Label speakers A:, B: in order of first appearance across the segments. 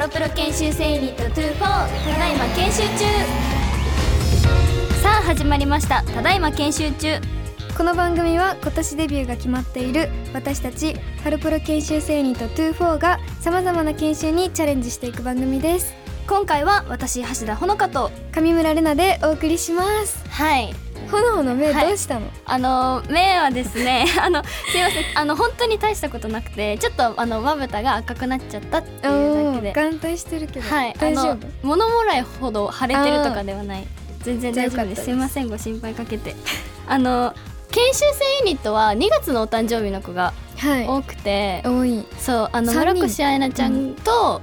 A: ロプロ研修生ユニット24ただいま研修中さあ始まりましたただいま研修中
B: この番組は今年デビューが決まっている私たちハロプロ研修生ユニット24がさまざまな研修にチャレンジしていく番組です
A: 今回は私橋田ほのかと
B: 上村れなでお送りします
A: はい
B: ほのほの目
A: はい
B: どうしたの、
A: あの面はですね あのすいませんあの本当に大したことなくてちょっとあのまぶたが赤くなっちゃったっていうだ
B: お
A: け
B: ー
A: で
B: 眼帯してるけど、
A: はいあ
B: 大丈
A: の
B: 夫
A: 物もらいほど腫れてるとかではない全然
B: じゃあ
A: 大丈夫ですすい
B: よか
A: ま
B: っ
A: せんご心配かけて あの研修生ユニットは2月のお誕生日の子が
B: は
A: 多くて、
B: い多い
A: そうあの
B: 三人
A: 村越彩菜ちゃんと、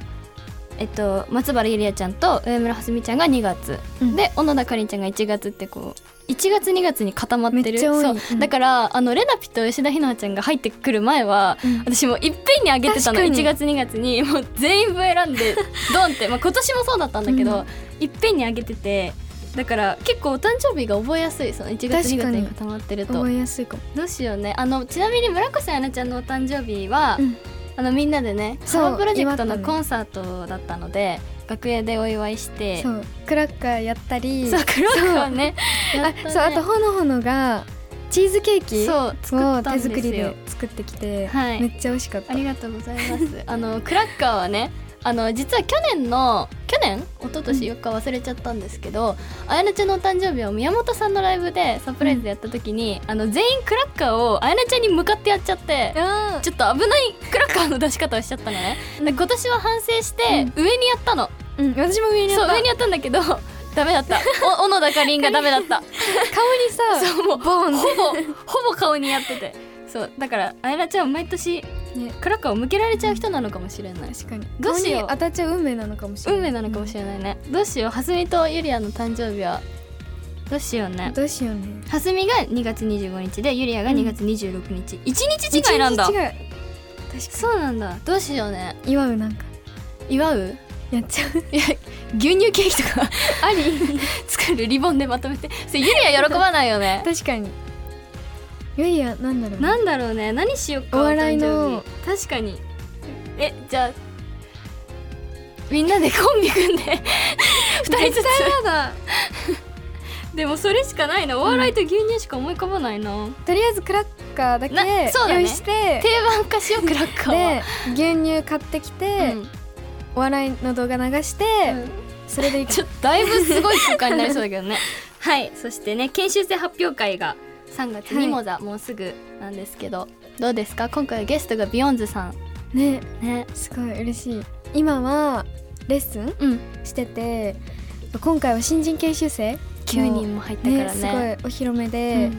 A: えっと、松原ゆりあちゃんと上村はすみちゃんが2月、
B: うん
A: で小野田かりんちゃんが1月ってこう1月2月に固まって
B: め
A: る
B: っちゃ多い
A: そう、
B: うん
A: だからあのレナピと吉田ひなちゃんが入ってくる前は、
B: うん
A: 私もういっぺんにあげてたの
B: 確かに
A: 1月2月に もう全員分選ん でドンって、まあ、今年もそうだったんだけど、
B: う
A: いっぺんにあげててだから結構お誕生日が覚えやすいその1月2
B: 確か
A: 月
B: に
A: に固まってると
B: 覚えやすいかも、
A: どうしようねあのちなみに村越彩菜ちゃんのお誕生日は、
B: うん
A: あのみんなでね
B: そう
A: サマープロジェクト
B: 祝った
A: の
B: の
A: コンサートだったので楽屋でお祝いして
B: そうクラッカーやったり
A: そうクロックをねやっ
B: あ
A: たね
B: そうあとほのほのがチーズケーキ
A: そう作
B: を
A: った
B: 手
A: んですよ
B: 作りで作ってきて、
A: はい
B: めっちゃ美味しかった
A: ありがとうございますあのクラッカーはねあの実は去年の去年一昨年4日忘れちゃったんですけど、あやなちゃんのお誕生日を宮本さんのライブでサプライズでやった時に、あの全員クラッカーをあやなちゃんに向かってやっちゃって
B: うん
A: ちょっと危ないクラッカーの出し方をしちゃったのね、
B: うん
A: で今年は反省して上にやったの、
B: うん、私も上にやった
A: そう上にやったんだけどダメだ ったお小野田かりんがダメだった
B: 顔にさ
A: そうもう
B: ボーン
A: ほぼほぼ顔にやってて そうだからあやなちゃんは毎年
B: ね
A: クラッカーを向けられちゃう人なのかもしれない
B: 確かに
A: どうしよう
B: 顔に当たっちゃう運命なのかもしれない
A: 運命なのかもし
B: れ
A: れないね、どうしようはすみとゆりあの誕生日はどうしようね
B: どうしようね
A: はすみが2月25日でゆりあが2月26日、一日
B: 一
A: 違いなんだ
B: 日違い確か
A: そうなんだどうしようね
B: に祝うなんか
A: 祝う
B: やっちゃう
A: 牛乳ケーキとか
B: あり
A: 作るリボンでまとめてそれゆりは喜ばないよね
B: 確かにゆいやなんだろう
A: なんだろうね何しよっか
B: お笑いの
A: 誕生日確かにえじゃあみんなでコンビ組ん で二人ず
B: やだ
A: つ でもそれしかないなお笑いと牛乳しか思い浮かばないな、
B: とりあえずクラッカーだけ
A: なそうだね
B: 用意して
A: 定番化しようクラッカーは
B: で牛乳買ってきて、
A: うん
B: お笑いの動画流して、それでいく
A: ちょっとだいぶすごい空間になりそうだけど ねはいそしてね研修生発表会が3月にもだ、もうすぐなんですけどどうですか今回はゲストがビヨンズさん
B: ね
A: ね
B: すごい嬉しい今はレッスン
A: うん
B: してて今回は新人研修生
A: 9人も入ったから
B: す
A: ね
B: ごいお披露目で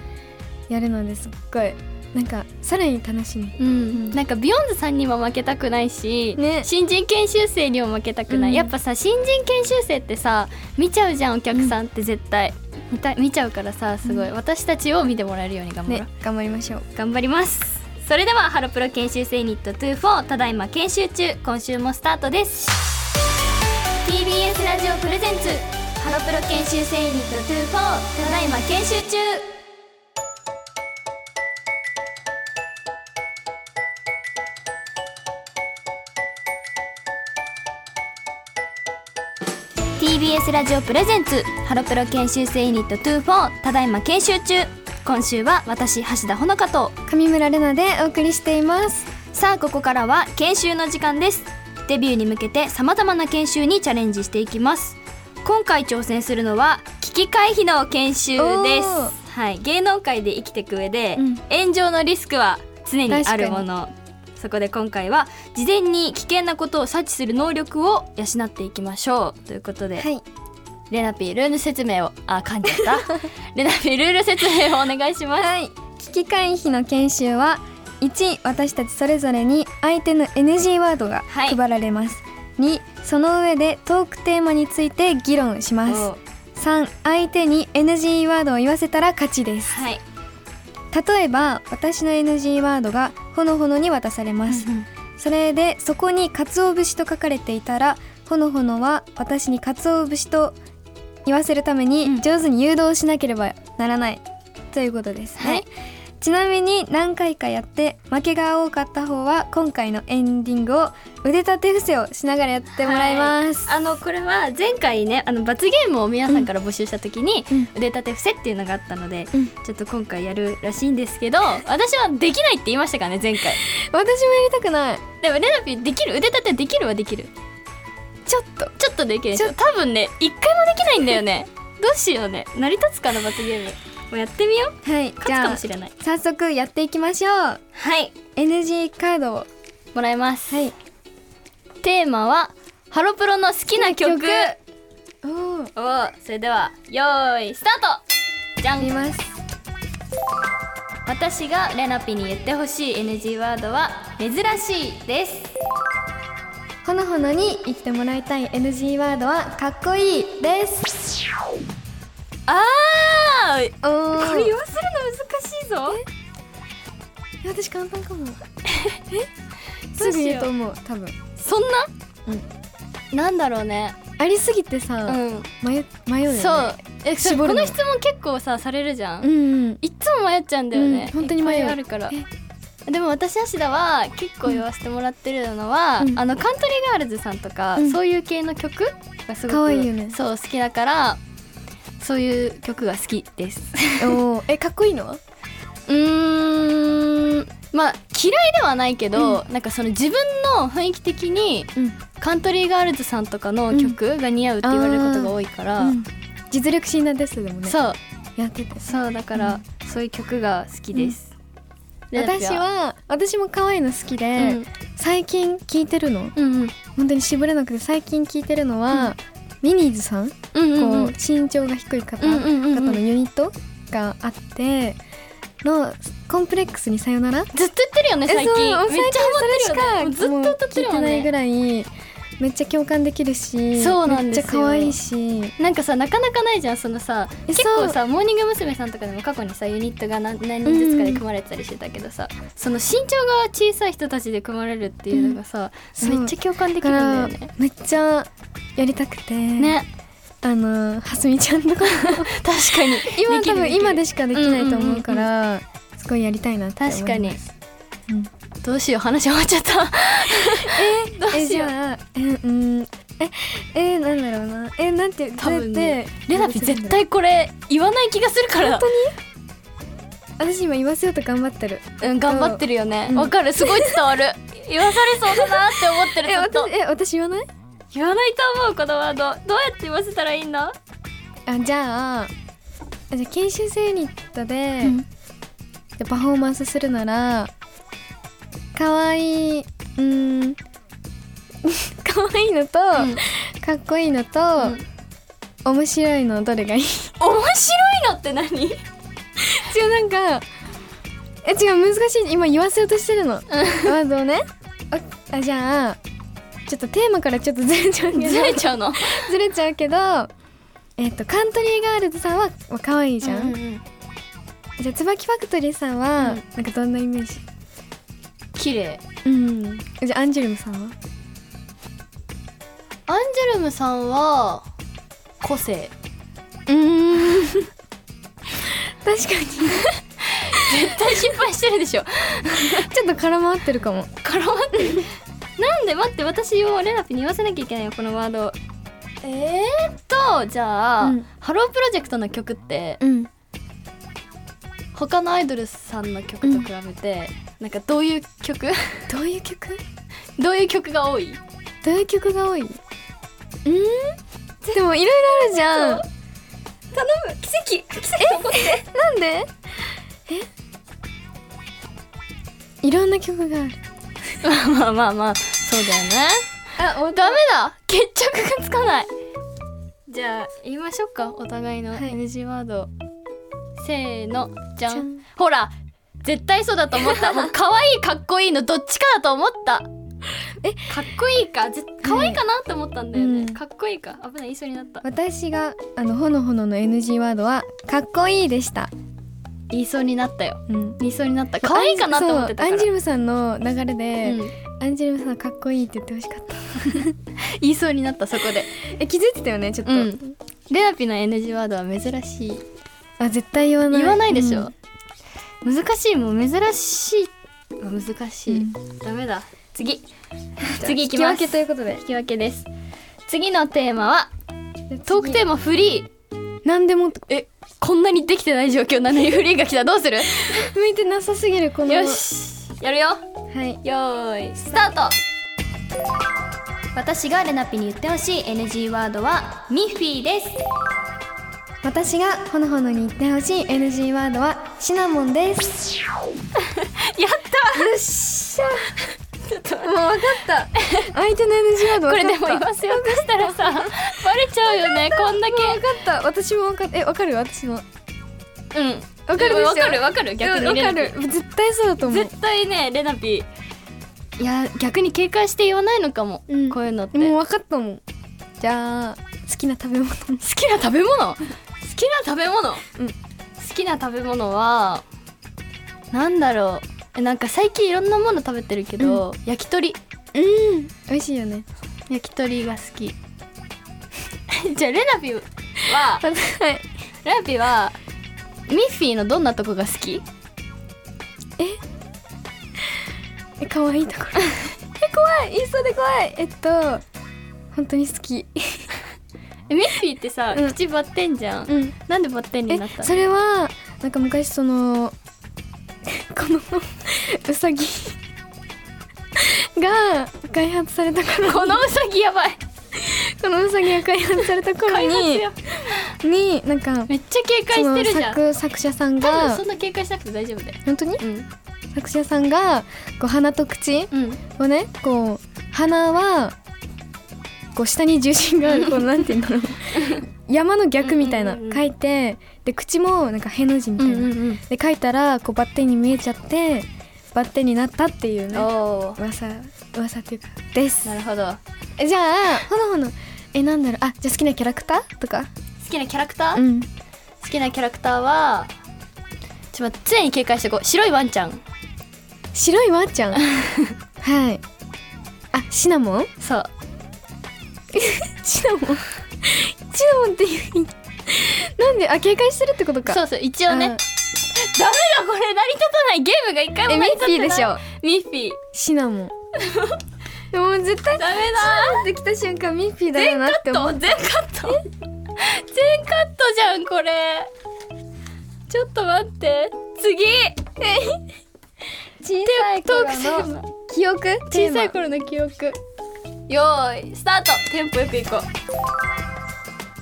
B: やるのですっごいなんかさらに楽しみ
A: うん、
B: ん
A: なんかビヨンズさんにも負けたくないし、
B: ね
A: 新人研修生にも負けたくない、
B: うん
A: やっぱさ新人研修生ってさ見ちゃうじゃんお客さんって絶対、見た見ちゃうからさすごい、
B: う
A: 私たちを見てもらえるように頑張ろう、
B: ね頑張りましょう
A: 頑張りますそれではハロプロ研修生ユニット24ただいま研修中今週もスタートです TBS ラジオプレゼンツハロプロ研修生ユニット24ただいま研修中ラジオプレゼンツハロプロ研修生ユニット24ただいま研修中今週は私橋田ほのかと
B: 上村れなでお送りしています
A: さあここからは研修の時間ですデビューに向けてさまざまな研修にチャレンジしていきます今回挑戦するのは危機回避の研修です
B: おー
A: はい、芸能界で生きていく上で、
B: うん
A: 炎上のリスクは常にあるも
B: 確
A: のそこで今回は事前に危険なことを察知する能力を養っていきましょうということで、
B: はい
A: レナピールール説明をあ噛んじゃった レナピールール説明をお願いします
B: はい危機回避の研修は1私たちそれぞれに相手の NG ワードが
A: はい
B: 配られます、2その上でトークテーマについて議論します
A: お
B: 3相手に NG ワードを言わせたら勝ちです、
A: はい
B: 例えば私の NG ワードがほのほのに渡されますそれでそこに鰹節と書かれていたらほのほのは私に鰹節と言わせるため
A: う
B: に
A: ん
B: 上手に誘導しなければならない、ということですね、
A: はい
B: ちなみに何回かやって負けが多かった方は今回のエンディングを腕立て伏せをしながらやってもらいます、
A: あのこれは前回ねあの罰ゲームを皆さんから募集した時に
B: うん
A: 腕立て伏せっていうのがあったので、
B: うん
A: ちょっと今回やるらしいんですけど私はできないって言いましたからね前回
B: 私もやりたくない
A: でもレナピーできる腕立てできるはできる
B: ちょっと
A: ちょっとできるでし
B: ち
A: ょ
B: ょ
A: 多分ね一回もできないんだよ ねどうしようね成り立つかな罰ゲームもうやってみよう
B: はいじ
A: 勝つか
B: ゃ
A: も
B: あ
A: しれない
B: 早速やっていきましょう
A: はい
B: NG カードを
A: もらいます、
B: はい
A: テーマはハロプロの好きな曲
B: おー
A: おーそれではよーいスタートじゃ
B: 見
A: ん
B: ます
A: 私がレナピに言ってほしい NG ワードは珍しいです
B: ほのほのに言ってもらいたい NG ワードはかっこいいです
A: あー
B: おー
A: これ言わせるの難しいぞ
B: え私簡 単かもえ
A: どうしよう
B: すぐ言うと思う多分
A: そんな、なんだろうね
B: ありすぎてさ、
A: うん
B: 迷迷うよね
A: そうえそれ
B: 絞
A: こ
B: るの
A: の質問結構さされるじゃん、
B: う んうん
A: いっつも迷っちゃうんだよね、
B: うん本当に迷う
A: いっぱいあるからでも私芦田は結構言わせてもらってるのは、
B: うん
A: あのカントリーガールズさんとか、
B: うん
A: そういう系の曲がすごく
B: 可愛いよね
A: そう好きだからそういう曲が好きです
B: おーえかっこいいのは
A: うーんまあ嫌いではないけど、なんかその自分の雰囲気的に
B: うん、
A: カントリーガールズさんとかの曲が似合うって言われることが多いから、
B: 実力診断テストでもね
A: そう
B: やってて
A: そうだから、そういう曲が好きです、レナピ
B: 私は私も可愛いの好きで、
A: うん
B: 最近聞いてるの
A: うんうん
B: 本当に絞れなくて最近聞いてるのは、ミニーズさん、
A: うんうんうん
B: こう身長が低い方、
A: うんうんうんうん
B: 方のユニットがあってのコンプレックスにさよな
A: ず
B: ら
A: っと言ってるよね最
B: えそう
A: 近めっちゃハマって
B: 最近そ
A: る
B: れ
A: よねもうずっと歌って
B: し
A: る
B: か
A: よ
B: もう聞いてないぐ
A: ね
B: らいめっちゃ共感できるし
A: そうなんですよ
B: めっちゃ可愛いし
A: なんかさなかなかないじゃんそのさ
B: え
A: 結
B: そう
A: 構さモーニング娘。さんとかでも過去にさユニットが何何人ずつかで組まれてたりしてたけどさ、その身長が小さい人たちで組まれるっていうのがさ、
B: うん
A: めっちゃ共感で
B: だ
A: きる
B: か
A: んだ
B: ら
A: よね。
B: めっちゃやりたくて、
A: ね
B: あのはすみちゃんと か
A: 確かに
B: 今多分今ですしかできないと思うから、すごいやりたいなって思います
A: 確かに、
B: うん
A: どうしよう話終わっちゃった えどう
B: え
A: し
B: じ
A: よう
B: ゃあえうんええなんだろうなえなんて
A: 多分
B: どうや
A: ね
B: って
A: レナピ絶対これ言わない気がするから
B: 本私今言わせようと頑張ってる
A: うん、頑張ってるよね
B: うん
A: わ、かるすごい伝わる 言わされそうだなって思ってる
B: え
A: ちょっと
B: 私え私言わない
A: 言わないと思うこのワードどうやって言わせたらいいんだ、
B: あじゃああじゃあ研修生ユニットで、
A: うん
B: でパフォーマンスするなら可愛いいうーん 可愛いのと、
A: うん
B: かっこいいのと、
A: 面
B: 面白いのどれがい い
A: 白いのって何
B: 違うなんかえ違う難しい今言わせようとしてるのワードをねああじゃあちょっとテーマからちょっとずれちゃうけど
A: ずれちゃうの
B: ずれちゃうけどえっとカントリーガールズさんはまあ可愛いじゃ
A: う
B: ん、
A: う
B: じゃあ椿ファクトリーさんは、
A: うん
B: なんかどんなイメージ
A: 綺麗
B: うんじゃあアンジュルムさんは
A: アンジェルムさんは個性
B: うん確かに
A: 絶対心配してるでしょ
B: ちょっと絡まってるかも
A: 絡まってるなんで待って私をレナピに言わせなきゃいけないよこのワードえー、っとじゃあ、
B: うん
A: ハロープロジェクトの曲って
B: うん
A: 他のアイドルさんの曲と比べて、なんかどういう曲
B: どういう曲
A: どういう曲が多い
B: どういう曲が多いうんでもいろいろあるじゃん
A: 頼む奇跡奇跡起こって
B: なんでえいろんな曲がある
A: まあまあまあそうだよね
B: あお
A: ダメだ決着がつかないじゃあ言いましょうかお互いの
B: はい
A: NG ワード、せーのじゃん
B: じゃん
A: ほら絶対そうだと思 ったもう可愛いかっこいいのどっちかだと思った
B: え
A: かっこいいかぜ可愛いかなって思ったんだよね、
B: うん
A: かっこいいか危ない言いそうになった
B: 私があのほのほのの NG ワードはかっこいいでした
A: 言いそうになったよ
B: うん
A: 言いそうになった可愛いかなって思ってたか
B: そ
A: ら
B: うアンジュルムさんの流れで、
A: うん
B: アンジュルムさんかっこいいって言ってほしかった
A: 言いそうになったそこで
B: え気づいてたよねちょっと、
A: うんレアピの NG ワードは珍しい
B: あ絶対言わない
A: 言わないでしょ、
B: うん
A: 難しいもん珍しいあ難しい、ダメだ 次次いきます
B: 引き分けということで
A: 引き分けです次のテーマはトークテーマフリー
B: 何でも向
A: えこんなにできてない状況なのにフリーが来たどうする
B: いてなさすぎるこの
A: よしやるよ
B: はい
A: よーいスタート私がレナピに言ってほしい NG ワードはミッフィーです
B: 私がほのほのに言ってほしい NG ワードはシナモンですよ
A: やった
B: っし ゃもう分かった相手の NG ワード
A: これで
B: 分かった
A: も言わせようとしたらさバレちゃうよねこんだ
B: もう分かった私も分かったえ分かる私も
A: けうん
B: 分かるでしょ
A: わかるわかる逆に
B: 分
A: レ
B: か
A: ナピ
B: る絶対そうだと思う
A: 絶対ねレナピいや逆に警戒して言わないのかも、
B: うん
A: こういうのって
B: も
A: 好
B: う分かったもんじゃあ好きな食べ物
A: きな食べ物好きな食べ物、
B: うん
A: 好きな食べ物はなんだろうえなんか最近いろんなもの食べてるけど、焼き鳥
B: うん美味しいよね
A: 焼き鳥が好き じゃあレナピは
B: はい
A: レナピはミッフィーのどんなとこが好き
B: え可愛いところえ怖いインスタで怖いえっと本当に好き
A: えミッフィーってさ、
B: うん
A: 口バッテンじゃん、
B: うん
A: なんでバッテンに
B: え
A: なった
B: そ
A: の
B: れはなんか昔その このうさぎが開発された頃
A: このウサギやばい
B: このうさぎが開発された頃
A: 開発
B: に
A: や
B: になんか
A: めっちゃ警戒してるじゃん
B: その作作者さん
A: 多分
B: が
A: そんな警戒しなくて大丈夫だよ
B: 本当に
A: うん
B: 作者さんがこう鼻と口
A: うん
B: をねこう鼻はこう下に重心があるこうなんて言うんだろう山の逆みたいな
A: うんうんうんうん
B: 書いてで口もなんかへの字みた
A: う
B: い
A: ん
B: な、
A: うん
B: で書いたらこうバッテンに見えちゃってバッテンになったっていう
A: うん
B: ね
A: おー
B: 噂噂っていうかです
A: なるほど好
B: えじゃあほのほのえなんだろうあじゃあ好きなキャラクターとか
A: きなキャラクター、
B: うん
A: 好きなキャラクターはちょっと待って常に警戒してこう白いワンちゃん
B: 白いワンち ゃんはいあシナモン
A: そう
B: シナモン シナモンっていうなんであ警戒してるってことか
A: そうそう一応ねダメだこれ成り立たないゲームが一
B: あ
A: 回
B: ーえ
A: も
B: ミ
A: 成り
B: ッ
A: 立
B: フィ
A: た
B: ーで
A: ない
B: しょ
A: ミッフィー
B: シナモンで も絶対
A: ダメ
B: できた瞬間ミッフィーだよなって思
A: だ
B: う
A: と全カット 全カットじゃんこれちょっと待って 次
B: 小さい
A: トークテ
B: 頃
A: ーマ
B: の記憶テー
A: 小
B: マ
A: さい頃の記憶よーいスタートテンポよくいこう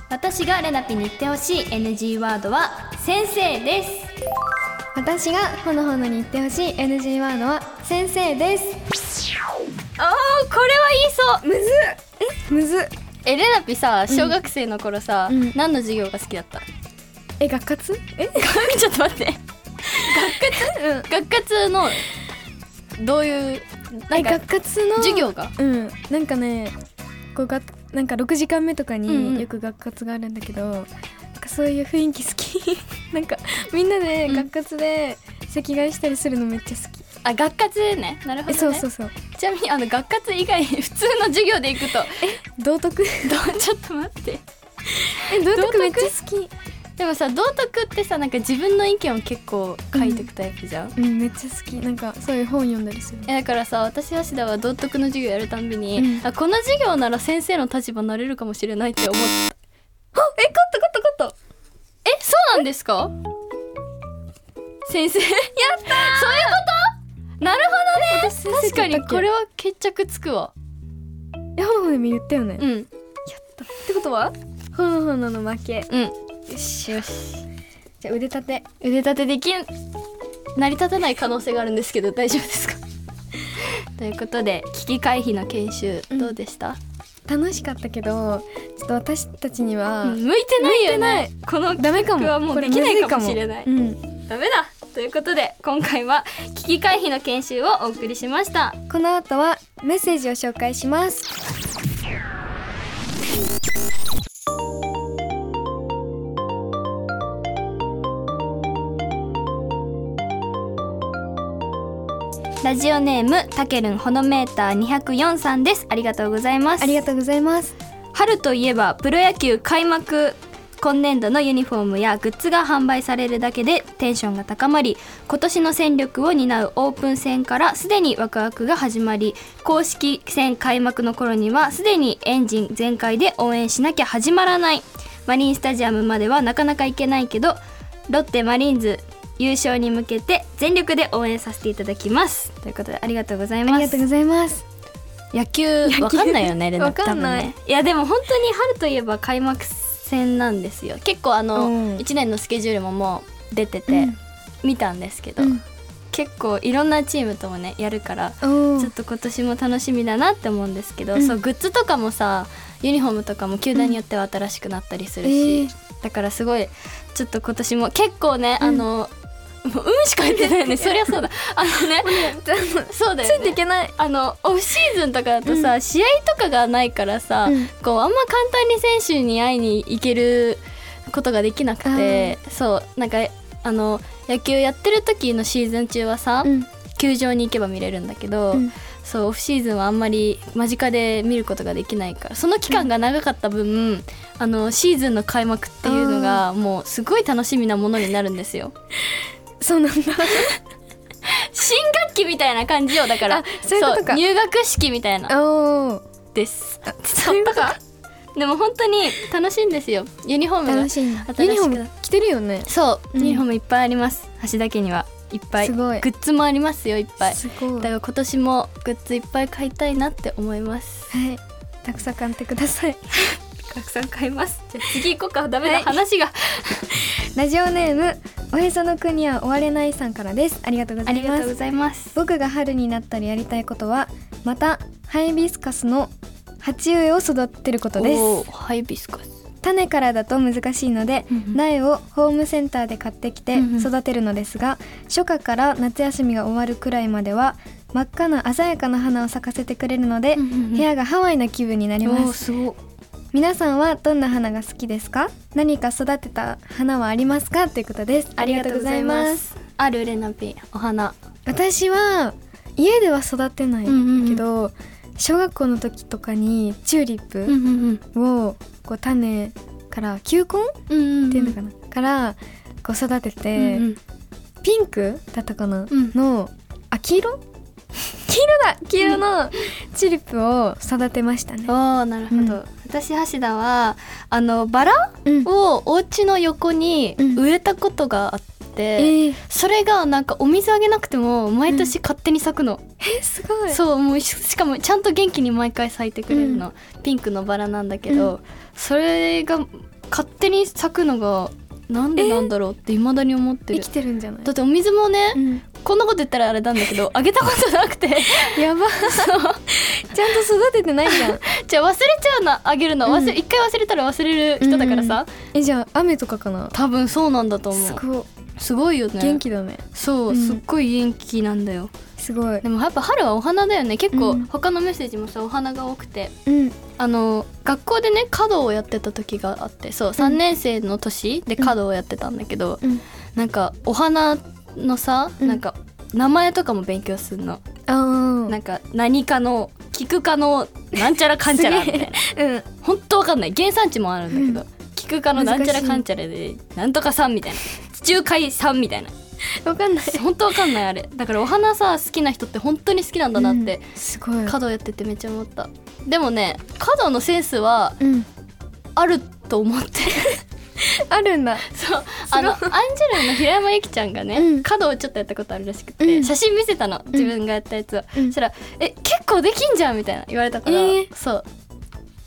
A: 私がレナピに言ってほしい NG ワードは先生です
B: 私がほのほのに言ってほしい NG ワードは先生です
A: あーこれは言いそう
B: むずえむず
A: えレナピさ小学生の頃さ、
B: うん
A: 何の授業が好きだった
B: え学活え
A: ちょっと待って
B: うん
A: 学活のどういうなん
B: え
A: か
B: 学活の
A: 授業が
B: うんなんかねこうがなんか6時間目とか
A: うんうん
B: によく学活があるんだけど、なんかそういう雰囲気好き なんかみんなで
A: うん
B: 学活で席替えしたりするのめっちゃ好き、
A: あ学活ねなるほどね
B: えそうそうそう
A: ちなみにあの学活以外普通の授業で行くと
B: 道徳
A: どうちょっと待って
B: え道
A: 徳
B: 徳めっちゃ好き
A: でもさ道徳ってさなんか自分の意見を結構書いてくタイプじゃん、
B: うんめっちゃ好きなんかそういう本読んだりする
A: えだからさ私芦田は道徳の授業やるたんびに、
B: うん
A: あこの授業なら先生の立場になれるかもしれないって思って
B: あえカットカットカット
A: えそうなんですか先生 やったそういうことなるほどね
B: 生
A: 確か
B: だ
A: に
B: ったっけ
A: これは決着つくわ
B: えほのほのも言ったよね、
A: う
B: っ
A: ん
B: てことはほのほのの負け
A: うん
B: よしよしじゃあ腕立て
A: 腕立てできん成り立たない可能性があるんですけど大丈夫です かということで危機回避の研修
B: うん
A: どうでした、
B: 楽しかったけどちょっと私たちには、
A: うん向いてないよね
B: 向い
A: この
B: ダメか
A: 僕はも
B: も
A: う
B: これ
A: できない
B: むず
A: かもしれない
B: うん
A: ダメだということで今回は危機回避の研修をお送りしました
B: この後はメッセージを紹介します
A: ラジオネームたけるんホノメーター204さんですありがとうございます
B: ありがとうございます
A: 春といえばプロ野球開幕今年度のユニフォームやグッズが販売されるだけでテンションが高まり今年の戦力を担うオープン戦からすでにワクワクが始まり公式戦開幕の頃にはすでにエンジン全開で応援しなきゃ始まらないマリンスタジアムまではなかなか行けないけどロッテマリーンズ優勝に向けて全力で応援させていただきますということでありがとうござい
B: あ
A: ま
B: りが
A: す
B: とうございます
A: 野球
B: 球
A: わかんないよねレナ
B: わかんない
A: 多分ねいやでも本当に春といえば開幕戦なんですよ結構あの、
B: うん
A: 1年のスケジュールももう出てて、
B: うん
A: 見たんですけど、
B: うん
A: 結構いろんなチームともねやるから
B: お
A: ちょっと今年も楽しみだなって思うんですけど、
B: うん
A: そうグッズとかもさユニフォームとかも球団によっては新しくなったりするし、
B: うんえ
A: だからすごいちょっと今年も結構ね、
B: うん
A: あのもううんしか言ってないよ ねそりゃそうだあのねそうだよね
B: ついていけない
A: あのオフシーズンとかだとさ、試合とかがないからさ、
B: うん
A: こうあんま簡単に選手に会いに行けることができなくてそうなんかあの野球やってる時のシーズン中はさ、
B: うん
A: 球場に行けば見れるんだけど、
B: うん
A: そうオフシーズンはあんまり間近で見ることができないからその期間が長かった分、あのシーズンの開幕っていうのがもうすごい楽しみなものになるんですよ。
B: そうなんだ
A: 新学期みたいな感じよだから
B: あそういうこと
A: そ
B: か
A: う入学式みたいな
B: おお
A: です。
B: そういうことか
A: でも本当に楽しいんですよ。ユニフォームが
B: 楽しいな
A: 新しく
B: ユニフォーム着てるよね
A: そう、
B: うん
A: ユニフォームいっぱいあります。橋田家にはいっぱい。
B: すごい
A: グッズもありますよいっぱい。
B: すご
A: だ
B: い
A: から今年もグッズいっぱい買いたいなって思います。
B: はいたくさん買ってください
A: たくさん買います。じゃあ次行こうか。ダメだ、
B: はい
A: 話が。
B: ラジオネームおへその国は終われないさんからですありがとうござ
A: あ
B: い
A: り
B: ま
A: がとう
B: す
A: ございます。
B: 僕が春になったらやりたいことはまたハイビスカスの鉢植えを育てることです
A: おーハイビスカス。
B: 種からだと難しいので、
A: うんうん
B: 苗をホームセンターで買ってきて
A: うんうん
B: 育てるのですが、初夏から夏休みが終わるくらいまでは真っ赤な鮮やかな花を咲かせてくれるので、
A: うんうんうん
B: 部屋がハワイな気分になり
A: お
B: ま
A: ー
B: す
A: すごい。
B: 皆さんはどんな花が好きですか何か育てた花はありますかということですありがとうございます
A: す。あるレナピンお花。
B: 私は家では育てない
A: うんうんうん
B: けど、小学校の時とかにチューリッ
A: うんう
B: プ
A: ん
B: をこう種から球根っ
A: うん。うんうん。
B: ていうのかな、からこう育てて、
A: うんうん
B: ピンクだったかな、
A: うん
B: のあ黄色 黄色だ黄色のチューリップを育てましたね。
A: おーなるほど、
B: うん
A: 私橋田はあのバラ
B: うん
A: をお家の横に
B: うん
A: 植えたことがあって、
B: えー
A: それがなんかお水あげなくても毎年勝手に咲くの、
B: えすごい
A: そうもうししかもちゃんと元気に毎回咲いてくれるの、ピンクのバラなんだけど、
B: う
A: それが勝手に咲くのがなんでなんだろうって未だに思って
B: 生
A: る、
B: きてるんじゃない
A: だってお水もね、
B: うん
A: こんなこと言ったらあれなんだけ どあげたことなくて
B: やばちゃんと育ててないじゃん
A: じゃあ忘れちゃうのあげるの忘れ
B: うん
A: 一回忘れたら忘れる人だからさ、
B: えじゃあ雨とかかな
A: 多分そうなんだと思
B: す
A: う
B: ごい
A: すごいよね
B: 元気だね
A: そう、
B: うん
A: すっごい元気なんだよ
B: すごい
A: でもやっぱ春はお花だよね結
B: う
A: 構
B: ん
A: 他のメッセージもさお花が多くて
B: うん
A: あの学校でね華道をやってた時があってそう3年生の年で華道をやってたんだけど、
B: うん
A: なんかお花のさ、
B: うん
A: なんか名前とかも勉強するの、
B: あ
A: なんか何かの菊科のなんちゃらかんちゃら
B: す
A: み
B: げ
A: た
B: え
A: いな
B: うん
A: 本当わかんない原産地もあるんだけど、菊科のなんちゃらかんちゃらでなんとかさんみたいな地中海さんみたいな
B: わかんない
A: 本当わかんないあれだからお花さ好きな人って本当に好きなんだなって、
B: うんすごい
A: 華道やっててめっちゃ思ったでもね華道のセンスは
B: うん
A: あると思って
B: あるんだ
A: そうあのアンジェルの平山由紀ちゃんがね、
B: うん
A: 華道をちょっとやったことあるらしくて、
B: うん
A: 写真見せたの自分がやったやつを、
B: うん
A: そしたら「え結構できんじゃん」みたいな言われたから、
B: えー
A: そう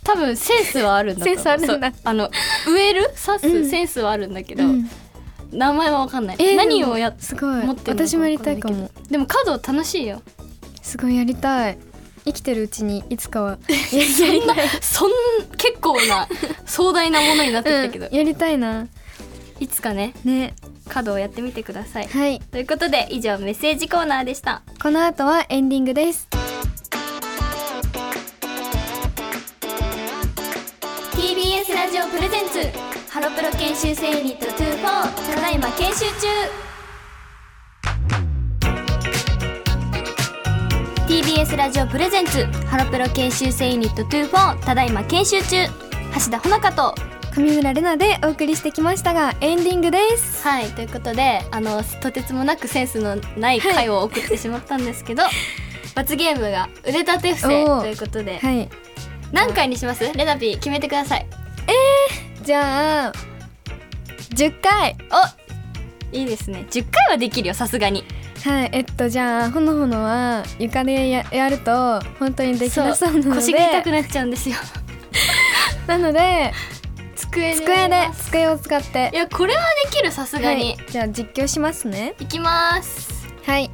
A: 多分センスはあるんだと思う
B: センスあるんだ
A: そうあの植える刺す、
B: うん
A: センスはあるんだけ
B: う
A: ど、
B: ん
A: 名前はわかんない、
B: えー
A: 何をやっ
B: すごい
A: 持ってるのか
B: 私もやりたいか
A: わ
B: も
A: でも華道楽しいよ
B: すごいやりたい生きてるうちにいつか は
A: そんなそん結構な壮大なものになってきたけど、
B: うんやりたいない
A: つかね
B: ね
A: 角をやってみてください
B: はい
A: ということで以上メッセージコーナーでした
B: この後はエンディングです。
A: TBS ラジオプレゼンツハロプロ研修生ユニット24ただいま研修中 TBS ラジオプレゼンツハロプロ研修生ユニット24ただいま研修中橋田穂香と
B: 上村れなでお送りしてきましたがエンディングです
A: はいということであのとてつもなくセンスのない回を送ってしまったんです けど、罰ゲームが腕立て伏せ
B: おー
A: ということで
B: はい
A: 何回にしますレナピー決めてください
B: じゃあ10回
A: おいいですね10回はできるよさすがに
B: はいえっとじゃあほのほのは床でややると本当にできなそうなので
A: 腰が痛くなっちゃうんですよ
B: なので
A: 机で
B: 机で机を使って
A: いやこれはできるさすがに、
B: はい、じゃあ実況しますね
A: い、きます
B: はい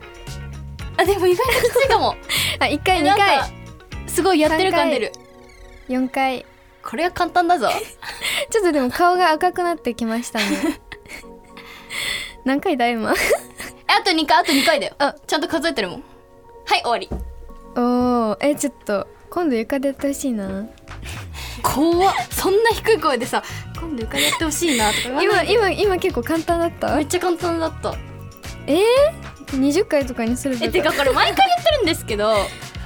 A: あでも意外ときついか も
B: あ1回2
A: なん
B: 回
A: かすごいやってる感出る
B: 4回
A: これは簡単だ ぞ
B: ちょっとでも顔が赤くなってきましたね何回 だ今
A: あと2回あと2回だよ
B: あ
A: ちゃんと数えてるもんはい終わり
B: おーえちょっと今度床でやってほしいな
A: 怖っそんな低い声でさ今度伺ってほしいなとか言わな
B: 今
A: い
B: 今今結構簡単だった
A: めっちゃ簡単だった
B: えー、20回とかにする
A: えてかこれ毎回言ってるんですけど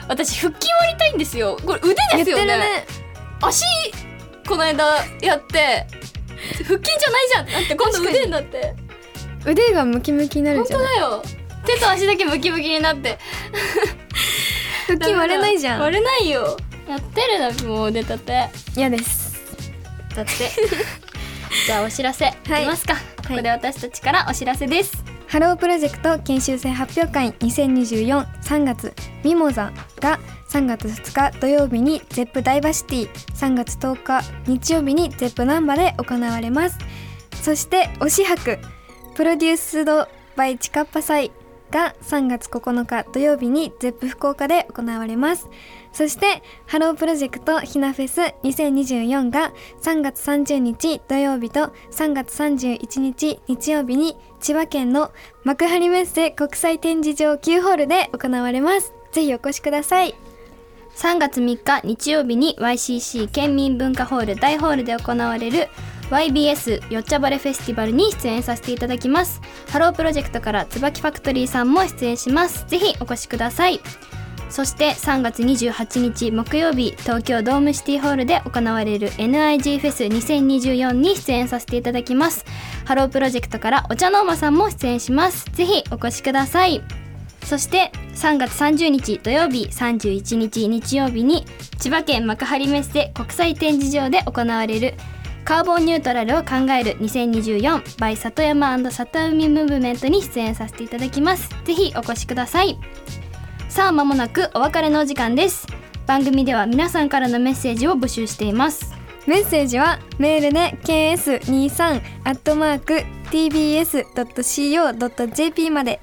A: 私腹筋割りたいんですよこれ腕
B: 言
A: で
B: っ
A: す
B: て
A: よ
B: る
A: ね
B: ね
A: 足この間やって腹筋じゃないじゃんってなって今度腕になって
B: 腕がムキムキになる
A: 本
B: じゃ
A: 当
B: ん
A: だよ手と足だけムキムキになって
B: 腹筋割れないじゃん
A: 割れないよやってるなもう腕立て
B: 嫌です
A: だって じゃあお知らせいき
B: い
A: ますか、ここで私たちからお知らせです
B: ハロープロジェクト研修生発表会20243月ミモザが3月2日土曜日にゼップダイバーシティ3月10日日曜日にゼップナンバで行われますそして推し博プロデュースドバイチカッパ祭が3月9日土曜日にゼップ福岡で行われますそしてハロープロジェクトひなフェス2024が3月30日土曜日と3月31日日曜日に千葉県の幕張メッセ国際展示場9ホールで行われますぜひお越しください
A: 3月3日日曜日に YCC 県民文化ホール大ホールで行われる YBS よっちゃばれフェスティバルに出演させていただきますハロープロジェクトから椿ファクトリーさんも出演しますぜひお越しくださいそして3月28日木曜日東京ドームシティホールで行われる NIG フェス2024に出演させていただきますハロープロジェクトからお茶の間さんも出演しますぜひお越しくださいそして3月30日土曜日31日日曜日に千葉県幕張メッセ国際展示場で行われるカーボンニュートラルを考える2024 by 里山里海ムーブメントに出演させていただきますぜひお越しくださいさあ間もなくお別れのお時間です番組では皆さんからのメッセージを募集しています
B: メッセージはメールで ks23 アットマーク tbs.co.jp まで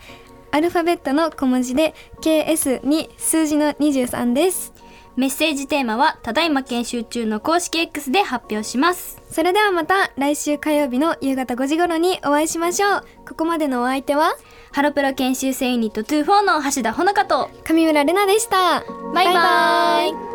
B: アルファベットの小文字で ks に数字の23です
A: メッセージテーマはただいま研修中の公式 X で発表します
B: それではまた来週火曜日の夕方5時頃にお会いしましょうここまでのお相手は
A: ハロプロ研修生ユニット24の橋田穂香と
B: 上村れなでした
A: バイバイ